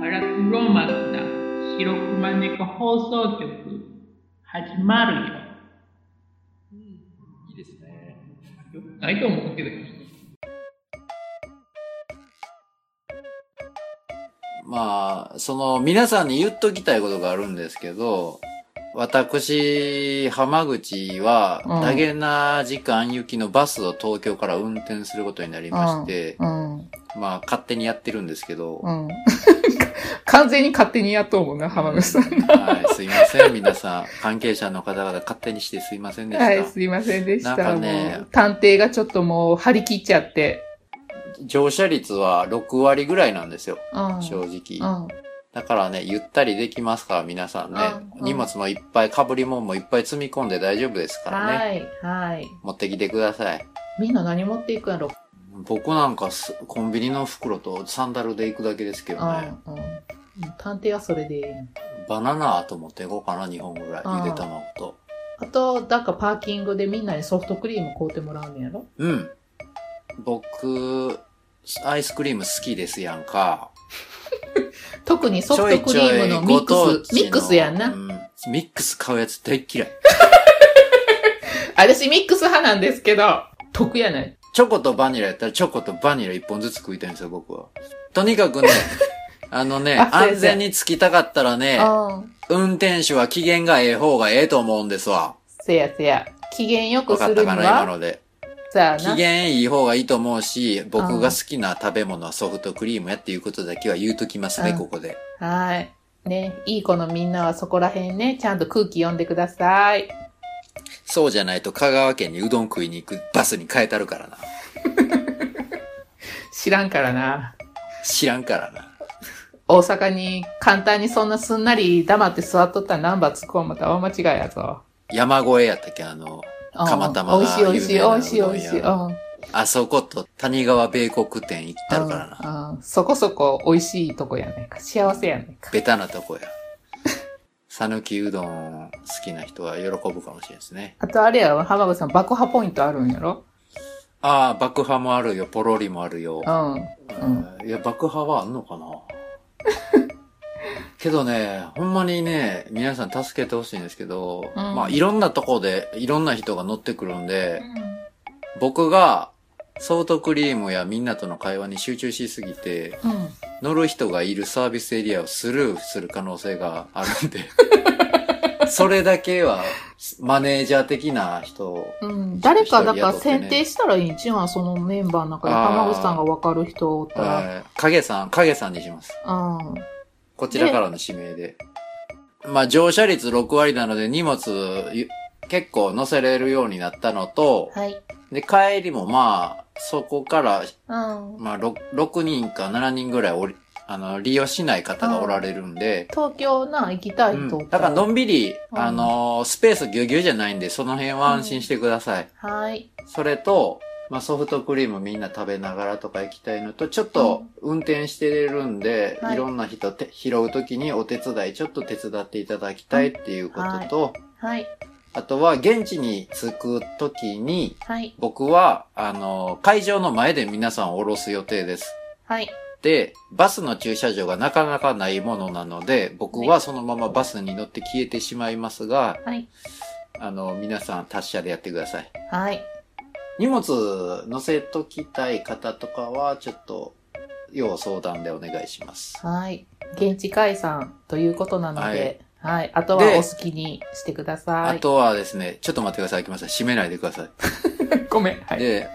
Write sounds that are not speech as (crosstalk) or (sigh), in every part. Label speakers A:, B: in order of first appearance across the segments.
A: 荒黒幕な白熊猫放送局始まるよ
B: うんいいですね。
A: よくないと思うけど
C: まあ、その、皆さんに言っときたいことがあるんですけど、私、浜口は、
A: うん
C: ダゲな時間行きのバスを東京から運転することになりまして、
A: うん
C: まあ、勝手にやってるんですけど、
A: うん (laughs) 完全に勝手にやっとうもんな浜口さん
C: はい、すいません、皆さん。関係者の方々勝手にしてすいませんでした。
A: はいすいませんでし
C: な
A: た、
C: んかね
A: もう探偵がちょっともう張り切っちゃって
C: 乗車率は6割ぐらいなんですよ、
A: うん
C: 正
A: う
C: 直。
A: ん
C: だからね、ゆったりできますから、皆さんね
A: う。んうん
C: 荷物もいっぱい、被り物もいっぱい積み込んで大丈夫ですからね。
A: はいはい
C: 持ってきてください。
A: みんな何持っていくんやろ
C: 僕なんかすコンビニの袋とサンダルで行くだけですけどね。
A: うんうん、探偵はそれでいい
C: バナナあと持っていこうかな、2本ぐらい。
A: うん
C: ゆで卵と。
A: あとなんかパーキングでみんなにソフトクリーム買うてもらうんやろ
C: うん。僕、アイスクリーム好きですやんか。
A: 特にソフトクリームのミッ
C: ちょいちょいご当
A: クス
C: 地の
A: ミックスやん
C: う
A: な、
C: んミックス買うやつ大っ嫌い。
A: 私ミックス派なんですけど得やない
C: チョコとバニラやったらチョコとバニラ一本ずつ食いたいんですよ、僕は。とにか
A: (laughs)
C: くね、あのね、
A: あ
C: 安全に着きたかったらね、
A: うん
C: 運転手は機嫌がええ方がええと思うんですわ。
A: せやせや機嫌よく
C: わ
A: す
C: かっ
A: る
C: た
A: に
C: かな、今
A: は
C: ので。
A: さあ
C: 機
A: な
C: 嫌いい方がいいと思うし、僕が好きな食べ物はソフトクリームやっていうことだけは言うときます
A: う
C: ね、
A: ん
C: ここで。
A: はいねいい子のみんなはそこら辺ねちゃんと空気読んでください
C: そうじゃないと香川県にうどん食いに行くバスに変えたるからな。
A: 知らんからな
C: 知らんからな。
A: 大阪に簡単にそんなすんなり黙って座っとったらナンバー突っ込むとは大間違いやぞ
C: 山越えやったっけ、あの、
A: うん
C: 釜玉が
A: 美味しい美味しい美
C: 有名なうどん屋
A: 味しい美味しいうん
C: あそこと谷川米国店行ったるからな。
A: うんうんそこそこ美味しいとこやねんか。幸せやねんか。
C: ベタなとこや。讃岐うどん好きな人は喜ぶかもしれないですね。
A: あとあれやろ、浜口さん爆破ポイントあるんやろ
C: ああ、爆破もあるよ、ポロリもあるよ
A: う。ん。うん。
C: いや、爆破はあんの
A: (laughs)
C: かなけどね、ほんまにね、皆さん助けてほしいんですけど、
A: うん
C: まあいろんなとこでいろんな人が乗ってくるんで、僕がソフトクリームやみんなとの会話に集中しすぎて、
A: うん。
C: 乗る人がいるサービスエリアをスルーする可能性があるんで、
A: (laughs)
C: それだけはマネージャー的な人、
A: うん。誰か、だから
C: 一人雇ってね
A: 選定したらいいんちゃうんそのメンバーの中で
C: あー
A: 浜口さんがわかる人おったら。
C: えー影さん、影さんにします。
A: うん。
C: こちらからの指名で。まあ、乗車率6割なので荷物ゆ結構乗せれるようになったのと、
A: はい。
C: で、帰りもまあ、そこから、
A: うん。
C: まあ6、6人か7人ぐらいおり、あの、利用しない方がおられるんで、
A: 東京な、行きたい
C: う
A: とおっ
C: ん、だ
A: た。
C: かららのんびり、
A: うん
C: あの、スペースぎゅうぎゅうじゃないんで、その辺は安心してください。
A: はい。
C: それと、まあ、ソフトクリームみんな食べながらとか行きたいのと、ちょっと運転してるんで、
A: はい
C: い、ろんな人て拾うときにお手伝い、ちょっと手伝っていただきたいっていうことと、
A: はい。
C: あとは現地に着くときに、
A: はい。
C: 僕は、あの、会場の前で皆さんを降ろす予定です。
A: はい。
C: で、バスの駐車場がなかなかないものなので、僕はそのままバスに乗って消えてしまいますが、
A: はい。
C: あの、皆さん達者でやってください。
A: はい。
C: 荷物乗せときたい方とかは、ちょっと、要相談でお願いします。
A: はい。現地解散ということなので、はい。あとは
C: で
A: お好きにしてくださ
C: あ
A: い。
C: とはですね、ちょっと待ってください。来ました。閉めないでください。
A: ごめん。は。
C: で、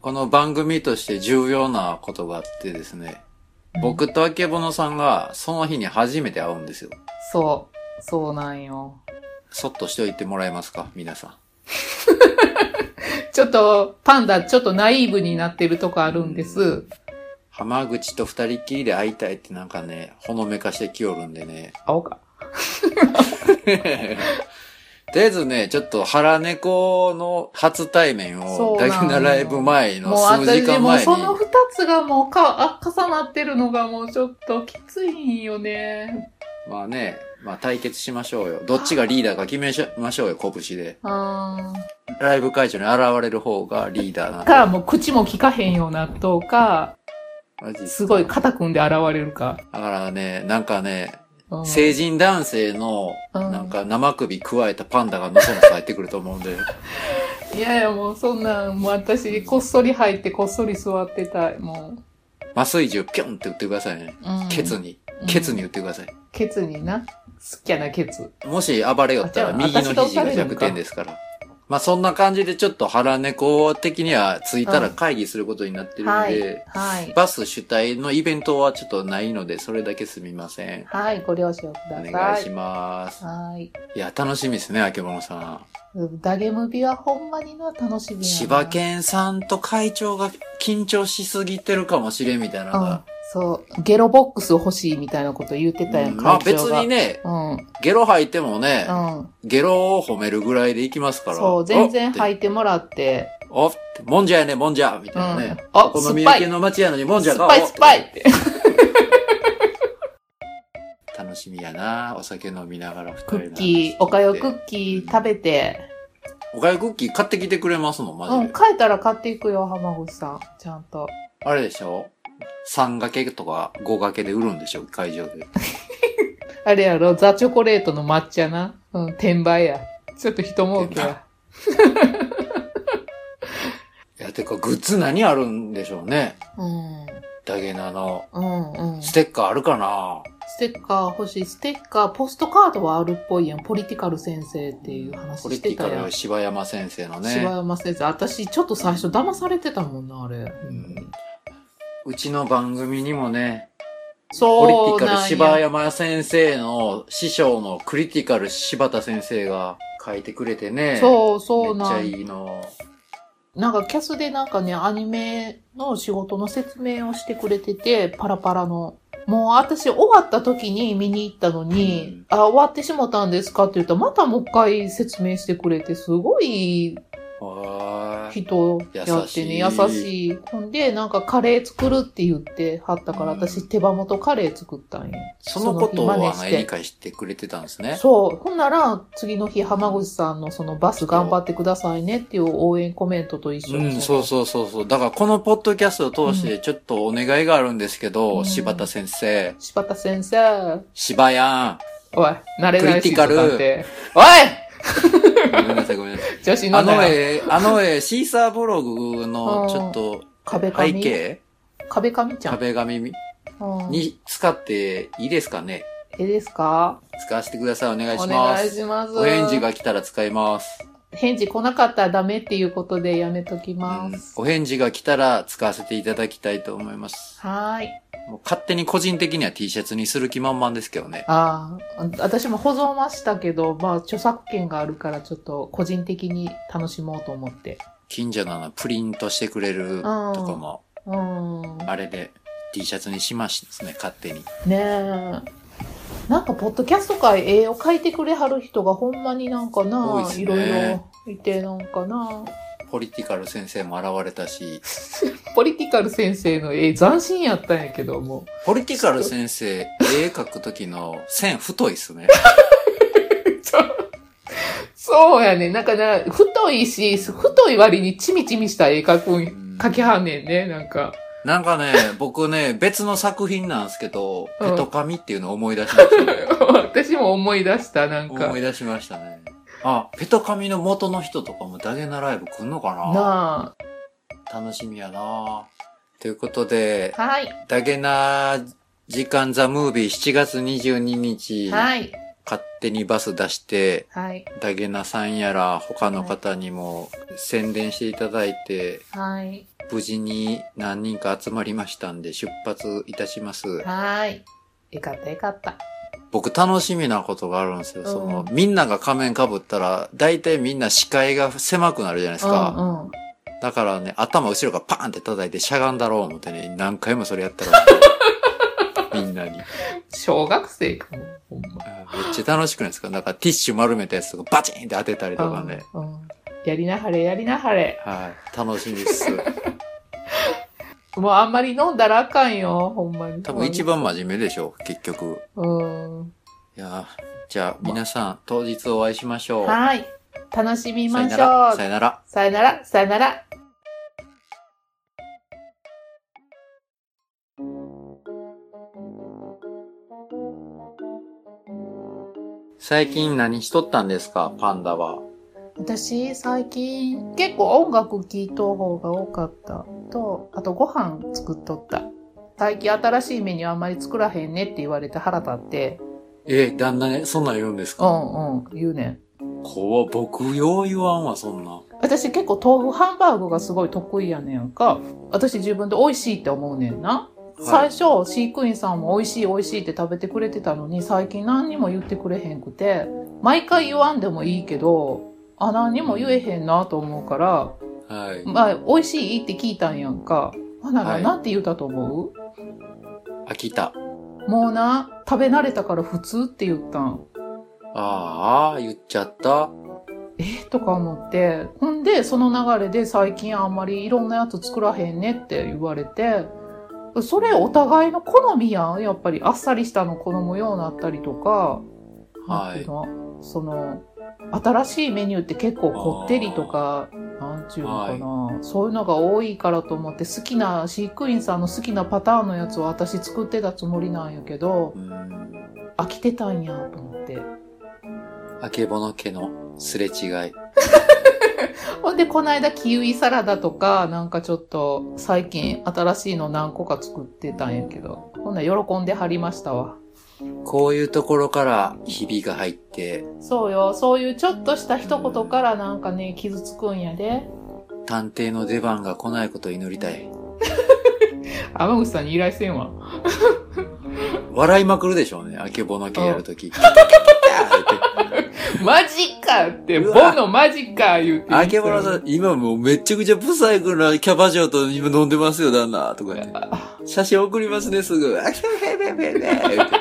C: この番組として重要なことがあってですね、
A: う
C: 僕とあけぼのさんがその日に初めて会うんですよ。
A: んそう。そうなんよ。
C: そっとしておいてもらえますか皆さん。
A: ちょっと、パンダ、ちょっとナイーブになってるとこあるんです。
C: 浜口と二人っきりで会いたいってなんかね、ほのめかしてきおるんでね。
A: 青か。
C: (laughs) とりあえずね、ちょっと腹猫の初対面
A: そ
C: を、
A: うな
C: だ
A: の
C: けなライブ前の
A: もう
C: 数時
A: 私、
C: 間
A: もう
C: 前に
A: そ、の二つがもうか、あ、重なってるのがもうちょっときついんよね。
C: まあね、まあ対決しましょうよ。どっちがリーダーか決めましょうよ、拳で。
A: うーん。
C: ライブ会場に現れる方がリーダーなの
A: か、もう口も聞かへんようなとか、
C: マジっ
A: すごい肩組んで現れるか。
C: だからね、なんかね、
A: うん
C: 成人男性の、
A: うん
C: なんか生首くわえたパンダがのそのそ入ってくると思うんで、
A: いやいや、もうそんなん、もう私、こっそり入って、こっそり座ってたい。も
C: 麻酔銃ピョンって打ってくださいね。
A: う。うん、
C: ケツに
A: う。ん
C: ケツに打ってください。
A: ケツにな。好きやな、ケツ。
C: もし暴れよったら
A: あ
C: 右
A: じゃあ
C: の肘
A: 私が撃た
C: が
A: れるんか
C: 弱点ですから。まあそんな感じでちょっと腹猫的にはついたら会議することになってるんで、
A: はい。 (laughs) はい。
C: バス主体のイベントはちょっとないので、それだけすみません。
A: はい、ご了承くだ
C: お
A: さい。
C: 願いします。
A: はい。
C: いや、楽しみですね、あけぼのさ
A: ダゲムビはほんまにな、楽しみや
C: ん。
A: な。
C: 千葉県さんと会長が緊張しすぎてるかもしれんみたいなの
A: うん
C: が。。
A: そう。ゲロボックス欲しいみたいなこと言ってたやん、
C: うんまあ
A: 会
C: 別
A: 長が
C: に。ね、
A: うん。うん。
C: ゲロ吐いてもね、ゲロを褒めるぐらいでいきますから。
A: そう、全然
C: い
A: 履いてもらって。
C: おって、もんじゃやね、もんじゃみ
A: う
C: た
A: ん。
C: いなね。
A: あ
C: お、好
A: 酸っ
C: み
A: ぱ
C: 焼き
A: い。
C: の町やのにもんじゃ
A: 酸
C: が
A: っぱい、酸っぱいって。
C: お楽しみやな。お酒飲みながら二人
A: ク
C: の話
A: ッキー、おかよクッキー食べて。
C: おかゆクッキー買ってきてくれますのマジ
A: う
C: で。
A: ん、帰ったら買っていくよ、浜口さん。ちゃんと。
C: あれでしょ ?3 掛けとか5掛けで売るんでしょ会場で。
A: あれやろ、ザ・チョコレートの抹茶な。うん、転売や。ちょっと人儲けや。
C: いや、てか、グッズ何あるんでしょうね
A: うん。
C: ダゲナの。
A: うんうん。
C: ス
A: ス
C: テッカーあるかな
A: テッカー欲しい。ステッカー、ポストカードはあるっぽいやん。ポリティカル先生っていう話
C: ポリ
A: し
C: テ
A: て
C: ィカ
A: た
C: ル
A: やん。
C: の柴山先生の
A: 柴
C: ね。
A: 山先生。私、ちょっと最初騙されてたもんな、あれ。
C: うんうちの番組にもね、ポリ
A: そう
C: ティカ
A: な
C: ル
A: ん
C: 柴
A: や。
C: 山先生の師匠のクリティカル柴田先生が書いてくれてね。
A: そう、そう
C: めっち
A: な
C: ゃ
A: ん
C: いいの。
A: なんか、キャスでなんかね、アニメの仕事の説明をしてくれてて、パラパラの。もう私終わった時に見に行ったのに、あ、終わってしもたんですかって言ったら、またもう一回説明してくれて、すごい
C: はーい。
A: 人やってね、優
C: 優
A: し
C: し
A: い
C: い。
A: ほんで、なんかカレー作るって言ってはったから、
C: うん
A: 私手羽元カレー作ったんや。
C: そのことを
A: そ
C: あ
A: の日真似
C: の
A: して
C: 絵に返してくれてたんですね。
A: そう。ほんなら、次の日、浜口さんのそのバス頑張ってくださいねっていう応援コメントと一緒
C: う
A: に。
C: ん、そうそうそうそう。だからこのポッドキャストを通してちょっとお願いがあるんですけど、
A: うん
C: 柴田先生、
A: 柴田先生、
C: 柴や
A: おい、慣れない
C: クリテ
A: し
C: ィカル
A: なんて。おい (laughs)
C: ん。ごめんなさいごめんなさい。
A: 女子
C: あ
A: の
C: の
A: ね、
C: 絵、あの絵、シーサーブログ
A: うん
C: のちょっと
A: 壁
C: 背
A: 紙。
C: 景、
A: 壁紙ちゃん。
C: 壁紙
A: うん、
C: に使っていいですかね
A: えですか
C: 使わせてください。お願い
A: お
C: しま
A: 願い
C: す。
A: します。
C: お返事。が来たら使います。
A: 返事来なかったらダメっていうことでやめとき
C: う
A: ま
C: ん
A: す。
C: お返事が来たら使わせていただきたいと思います。
A: はーい。
C: もう勝手に個人的には T シャツにする気満々ですけどね。
A: ああ、私も保存はしたけど、まあ著作権があるからちょっと個人的に楽しもうと思って。
C: 近所のあのプリントしてくれるとこも、
A: うん。
C: あれで T シャツにしましたですね、勝手に。
A: ねえ。なんか、ポッドキャスト界、絵を描いてくれはる人がほんまになんか
C: 多い
A: な
C: っ、すね
A: いろいろいてなんかな。
C: ポリティカル先生も現れたし、
A: ポリティカル先生の絵、斬新やったんやけど、も
C: ポリティカル先生、絵描く時の線太いっ
A: (laughs)
C: すね。
A: う。そうやね。なんかな、太いし、太い割にチミチミした絵描くん、描きはんねんね、なんか。 (laughs)
C: なんかね、僕ね、別の作品なんですけど、
A: うん
C: ペトカミっていうのを思い出しましたね、
A: 私も思い出した、なんか
C: 思い。出しましたね。あ、ペトカミの元の人とかもダゲなライブ来んのかな
A: な
C: 楽しみやなということで
A: あ。、はい。
C: ダゲな時間ザムービー7月22日、
A: はい。
C: 勝手にバス出して、
A: はい。
C: ダゲナさんやら他の方にも宣伝していただいて、
A: はい。
C: 無事に何人か集まりましたんで出発いたします。
A: はい。よかった、よかった。
C: 僕楽しみなことがあるんですよ。
A: うん
C: その、みんなが仮面被ったら、大体みんな視界が狭くなるじゃないですか。
A: うんうん。
C: だからね、頭後ろがパーンって叩いてしゃがんだろう思ってね、何回もそれやったら、
A: (laughs)
C: みんなに。
A: 小学生かも、ほんま。
C: あーめっちゃ楽しくないですかなんかティッシュ丸めたやつとかバチンって当てたりとかね。
A: うん。うんやりなはれ、やりなはれ。
C: はい。楽しみです。
A: もうあんまり飲んだらあかんよ、ほんまに。
C: 多分一。番真面目でしょう、結局。
A: うん。
C: いやーじゃあ皆さん、当日お会いしましょう。
A: はい。楽しみ
C: さよ
A: まし
C: なら。
A: ょ
C: さ
A: う。
C: よなら。
A: さよなら、さよなら。
C: 最近何しとったんですか、パンダは。
A: 私、最近、結構音楽聴いとう方が多かった。と、あとご飯作っとった。最近新しいメニューあんまり作らへんねって言われて腹立って、
C: え、旦那ね、そんなん言うんです
A: う
C: か
A: んうん、言うねん。
C: 怖っ僕よう言わんわ、そんな。
A: 私結構豆腐ハンバーグがすごい得意やねんか。私自分で美味しいって思うねん
C: は
A: な。
C: い
A: 最初、飼育員さんも美味しい美味しいって食べてくれてたのに、最近何にも言ってくれへんくて、毎回言わんでもいいけど、あ、何にも言えへんなと思うから、
C: はい。
A: まあ、美味しいって聞いたんやんか。ほなら、
C: はい
A: なんて言うたと思う
C: 飽きた。
A: もうな、食べ慣れたから普通って言ったん。
C: ああ、言っちゃった。
A: えとか思って。ほんで、その流れで最近あんまりいろんなやつ作らへんねって言われて、それお互いの好みやん。やっぱりあっさりしたの好むようになったりとか、
C: はい
A: なんてうのその、新しいメニューって結構こってりとか、なんちゅうのかな、そういうのが多いからと思って好きな飼育員さんの好きなパターンのやつを私作ってたつもりなんやけど
C: うーん。
A: 飽きてたんやと思って
C: あけぼの家のすれ違い。
A: ほんで、この間、キウイサラダとか、なんかちょっと、最近、新しいの何個か作ってたんやけど、ほんなら喜んではりましたわ。
C: こういうところからひびが入って、
A: そうよ、そういうちょっとした一言からなんかね、傷つくんやで。
C: 探偵の出番が来ないことを祈りたい。
A: 天口さんに依頼せんわ。
C: 笑いまくるでしょうね、あけぼの家やるとき。
A: (laughs) マジかって、
C: う
A: ボ
C: わ
A: のマジか言うて。
C: あけぼのさん、今もうめちゃくちゃブサイクなキャバ嬢と今飲んでますよ、旦那。とか言って。写真送りますね、すぐ。あけべべべべ言って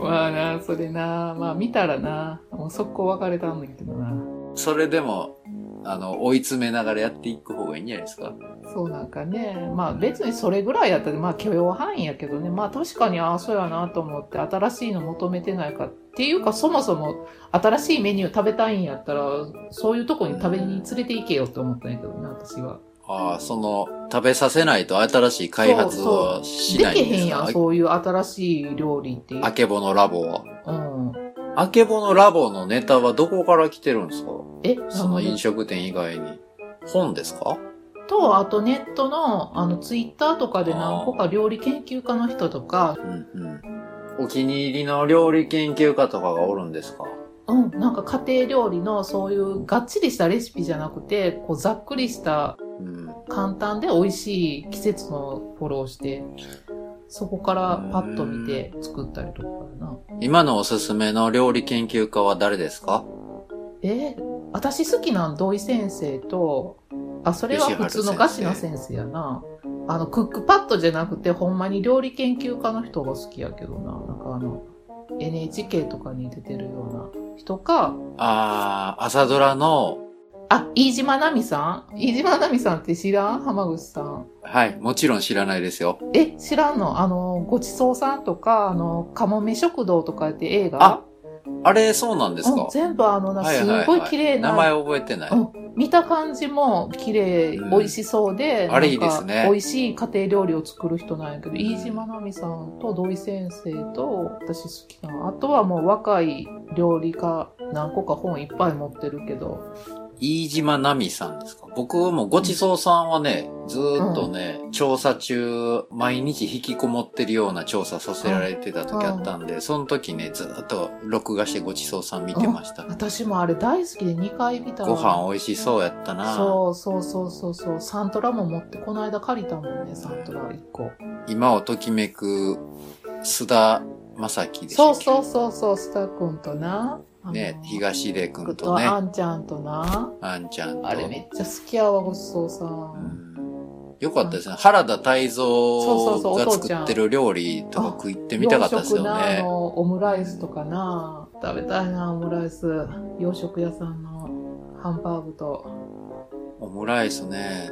A: まあな、それな、まあ見たらな、もう速攻別れたんだけどな。
C: それでも、あの、追い詰めながらやっていく方がいいんじゃないですか。
A: そうなんかね、まあ別にそれぐらいやったら、まあ許容範囲やけどね、まあ確かにああ、そうやなと思って、新しいの求めてないか。っていうか、そもそも新しいメニュー食べたいんやったら、そういうとこに食べに連れて行けよと思ったんやけどね、私は。
C: ああ、その、食べさせないと新しい開発をし
A: で
C: ない
A: き
C: んで
A: へん
C: す
A: や
C: か
A: ん、そういう新しい料理っていう。
C: あけぼのラボは。
A: うん。
C: あけぼのラボのネタはどこから来てるんですか
A: え、
C: その
A: あ
C: 飲食店以外に。本ですか
A: と、あとネットの、あの、ツイッターとかで何個か料理研究家の人とか、
C: うんうん。お気に入りの料理研究家とかがおるんですか
A: うん、なんか家庭料理のそういうがっちりしたレシピじゃなくて、こうざっくりした
C: うん。
A: 簡単で美味しい季節のフォローして、そこからパッと見て作ったりとかな。
C: 今のおすすめの料理研究家は誰ですか
A: えー私好きなん土井先生と、あ、それは普通のガシナ先生やな。あの、クックパッドじゃなくて、ほんまに料理研究家の人が好きやけどな。なんかあの、NHK とかに出てるような人か、
C: ああ、朝ドラの、
A: あ、飯島奈美さん飯島奈美さんって知らん浜口さん。
C: はい、もちろん知らないですよ。
A: え、知らんのあの、ごちそうさんとか、あの、かもめ食堂とかって映画
C: ああれ、そうなんです
A: うん
C: か
A: 全部あのな、
C: はい
A: す
C: はいはい
A: ごい綺麗な、
C: 名前覚えてない。
A: うん見た感じも綺麗、
C: うん
A: 美味しそうで、
C: あれ
A: なんか
C: いいですね
A: 美味しい家庭料理を作る人なんやけど、
C: うん
A: 飯島奈美さんと土井先生と、私好きな、あとはもう若い料理家、何個か本いっぱい持ってるけど、
C: 飯島奈美さんですか僕もごちそうさんはね、ずーっとね、調査中、毎日引きこもってるような調査させられてた時あったんで、その時ね、ずーっと録画してごちそうさん見てました。
A: 私もあれ大好きで2回見たわ
C: ご飯美味しそうやったな
A: そうそうそうそうそう。サントラも持って、この間借りたもんね、サントラ1個。
C: 今をときめく、須田正樹でした
A: そ
C: っ
A: う
C: け
A: そうそうそう、スタ君とな。あの
C: ね、東出く
A: 君
C: んと
A: と、
C: ね、
A: あんちゃんとな。
C: あんちゃんと。
A: あれめっちゃ好きやわ、ごちそうさ。
C: うんんよかったですね。原田泰
A: そ
C: 造
A: うそうそう
C: が
A: お父ちゃん
C: 作ってる料理とか食いってみたかったですよ
A: 洋食なあ
C: ね。
A: のオムライスとかな食べたいなオムライス洋食屋さんのハンバーグと
C: オムライスね。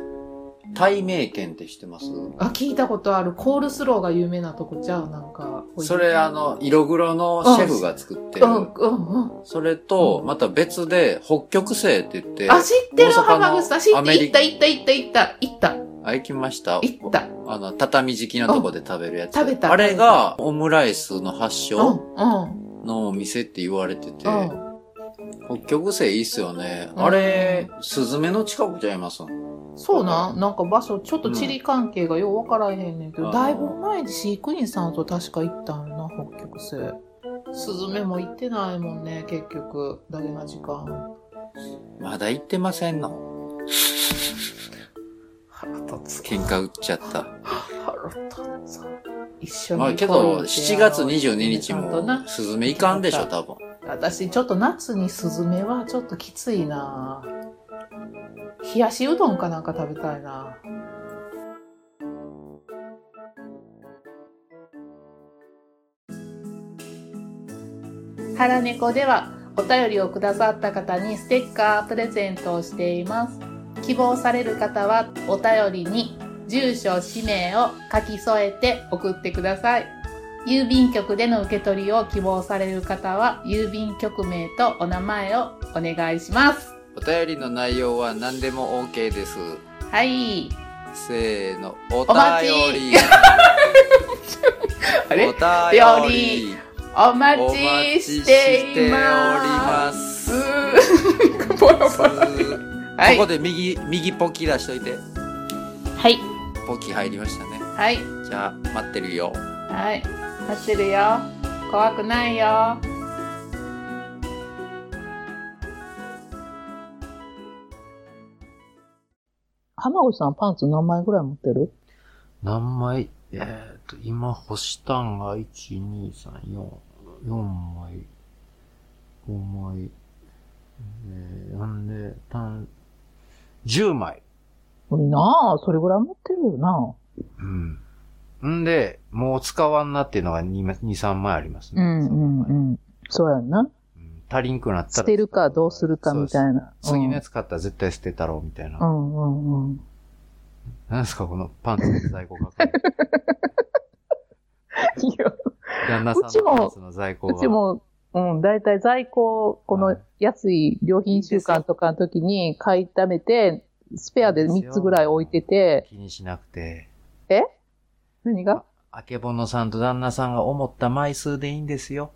C: 対名犬って知ってます
A: あ聞いたことあるコールスローが有名なとこちゃうなんか
C: それあの、色黒のシェフが作って
A: う
C: る。
A: んうんうん
C: それと、
A: うん
C: また別で、北極星って言って、
A: あ知ってる
C: 大阪の
A: 浜口さん知っ
C: ア
A: て
C: メ
A: 行
C: リ
A: っ
C: カ
A: た行った行った行った行った
C: あ、行きました
A: 行った
C: あの、畳敷きのとこで食べるやつ。
A: うん食べた
C: あれが、オムライスの発
A: う
C: 祥
A: んうん
C: のお店って言われてて、
A: うん。
C: 北極星いいっすよね。
A: うん
C: あれ、スズメの近くちゃいますん
A: そうなんなんか場所、ちょっと地理関係がようわからへんねんけど、
C: うん
A: だいぶ前に飼育員さんと確か行ったんよな、北極星。スズメも行ってないもんね、結局。だけな時間。
C: まだ行ってませんの
A: 腹立つ。
C: 喧嘩売っちゃった。
A: 腹立つ。一緒に
C: まあけ
A: こう
C: ど、
A: やって
C: 7月22日
A: ちゃんとな
C: もスズメ行かんでしょ、多分。
A: 私、ちょっと夏にスズメはちょっときついな冷やしうどんかなんか食べたいな腹猫ではお便りをくださった方にステッカープレゼントをしています。希望される方はお便りに住所、氏名を書き添えて送ってください。郵便局での受け取りを希望される方は郵便局名とお名前をお願いします。
C: お便りの内容は何でも OK です。
A: はい。
C: せーの、お
A: お待ち
C: 便り。
A: (laughs) あれ
C: お便り。
A: お
C: お
A: 待
C: 待ち
A: ち
C: し
A: し
C: ててお
A: い
C: り
A: ま
C: ます。
A: す。ボロボロは
C: ここ
A: い。
C: で右、右ポキ出しといて。
A: はい。
C: ポキ入りましたね。
A: はい。
C: じゃあ、待ってるよ。
A: はい。待ってるよ。怖くないよ。浜口さんパンツ何枚ぐらい持ってる
B: 何枚えーっと、今干したんが、1、2、3、4、4枚、5枚、えー、なんで、単、10枚。
A: なあ、それぐらい持ってるよな。
B: うん。んで、もう使わんなっていうのが2、2 3枚あります
A: う
B: ね。
A: んうん
B: うん。
A: うん。そうやんな。
B: 足りんくなったら。
A: 捨てるかどうするかみたいな。
B: そうです次のやつ買ったら絶対捨てたろうみたいな。
A: うんうんうん。
B: なんですか、このパンツの在
A: (laughs)
B: 庫が。
A: いや
B: 旦那さんのパンツの在庫
A: う
B: が。
A: ちも、うん、だいたい在庫、こ
B: は
A: の
B: い
A: 安い良品週間とかの時に買いためて、スペアで3つぐらい置いてて、
B: 気にしなくて。
A: 何が
B: あけぼのさんと旦那さんが思った枚数でいいんですよ。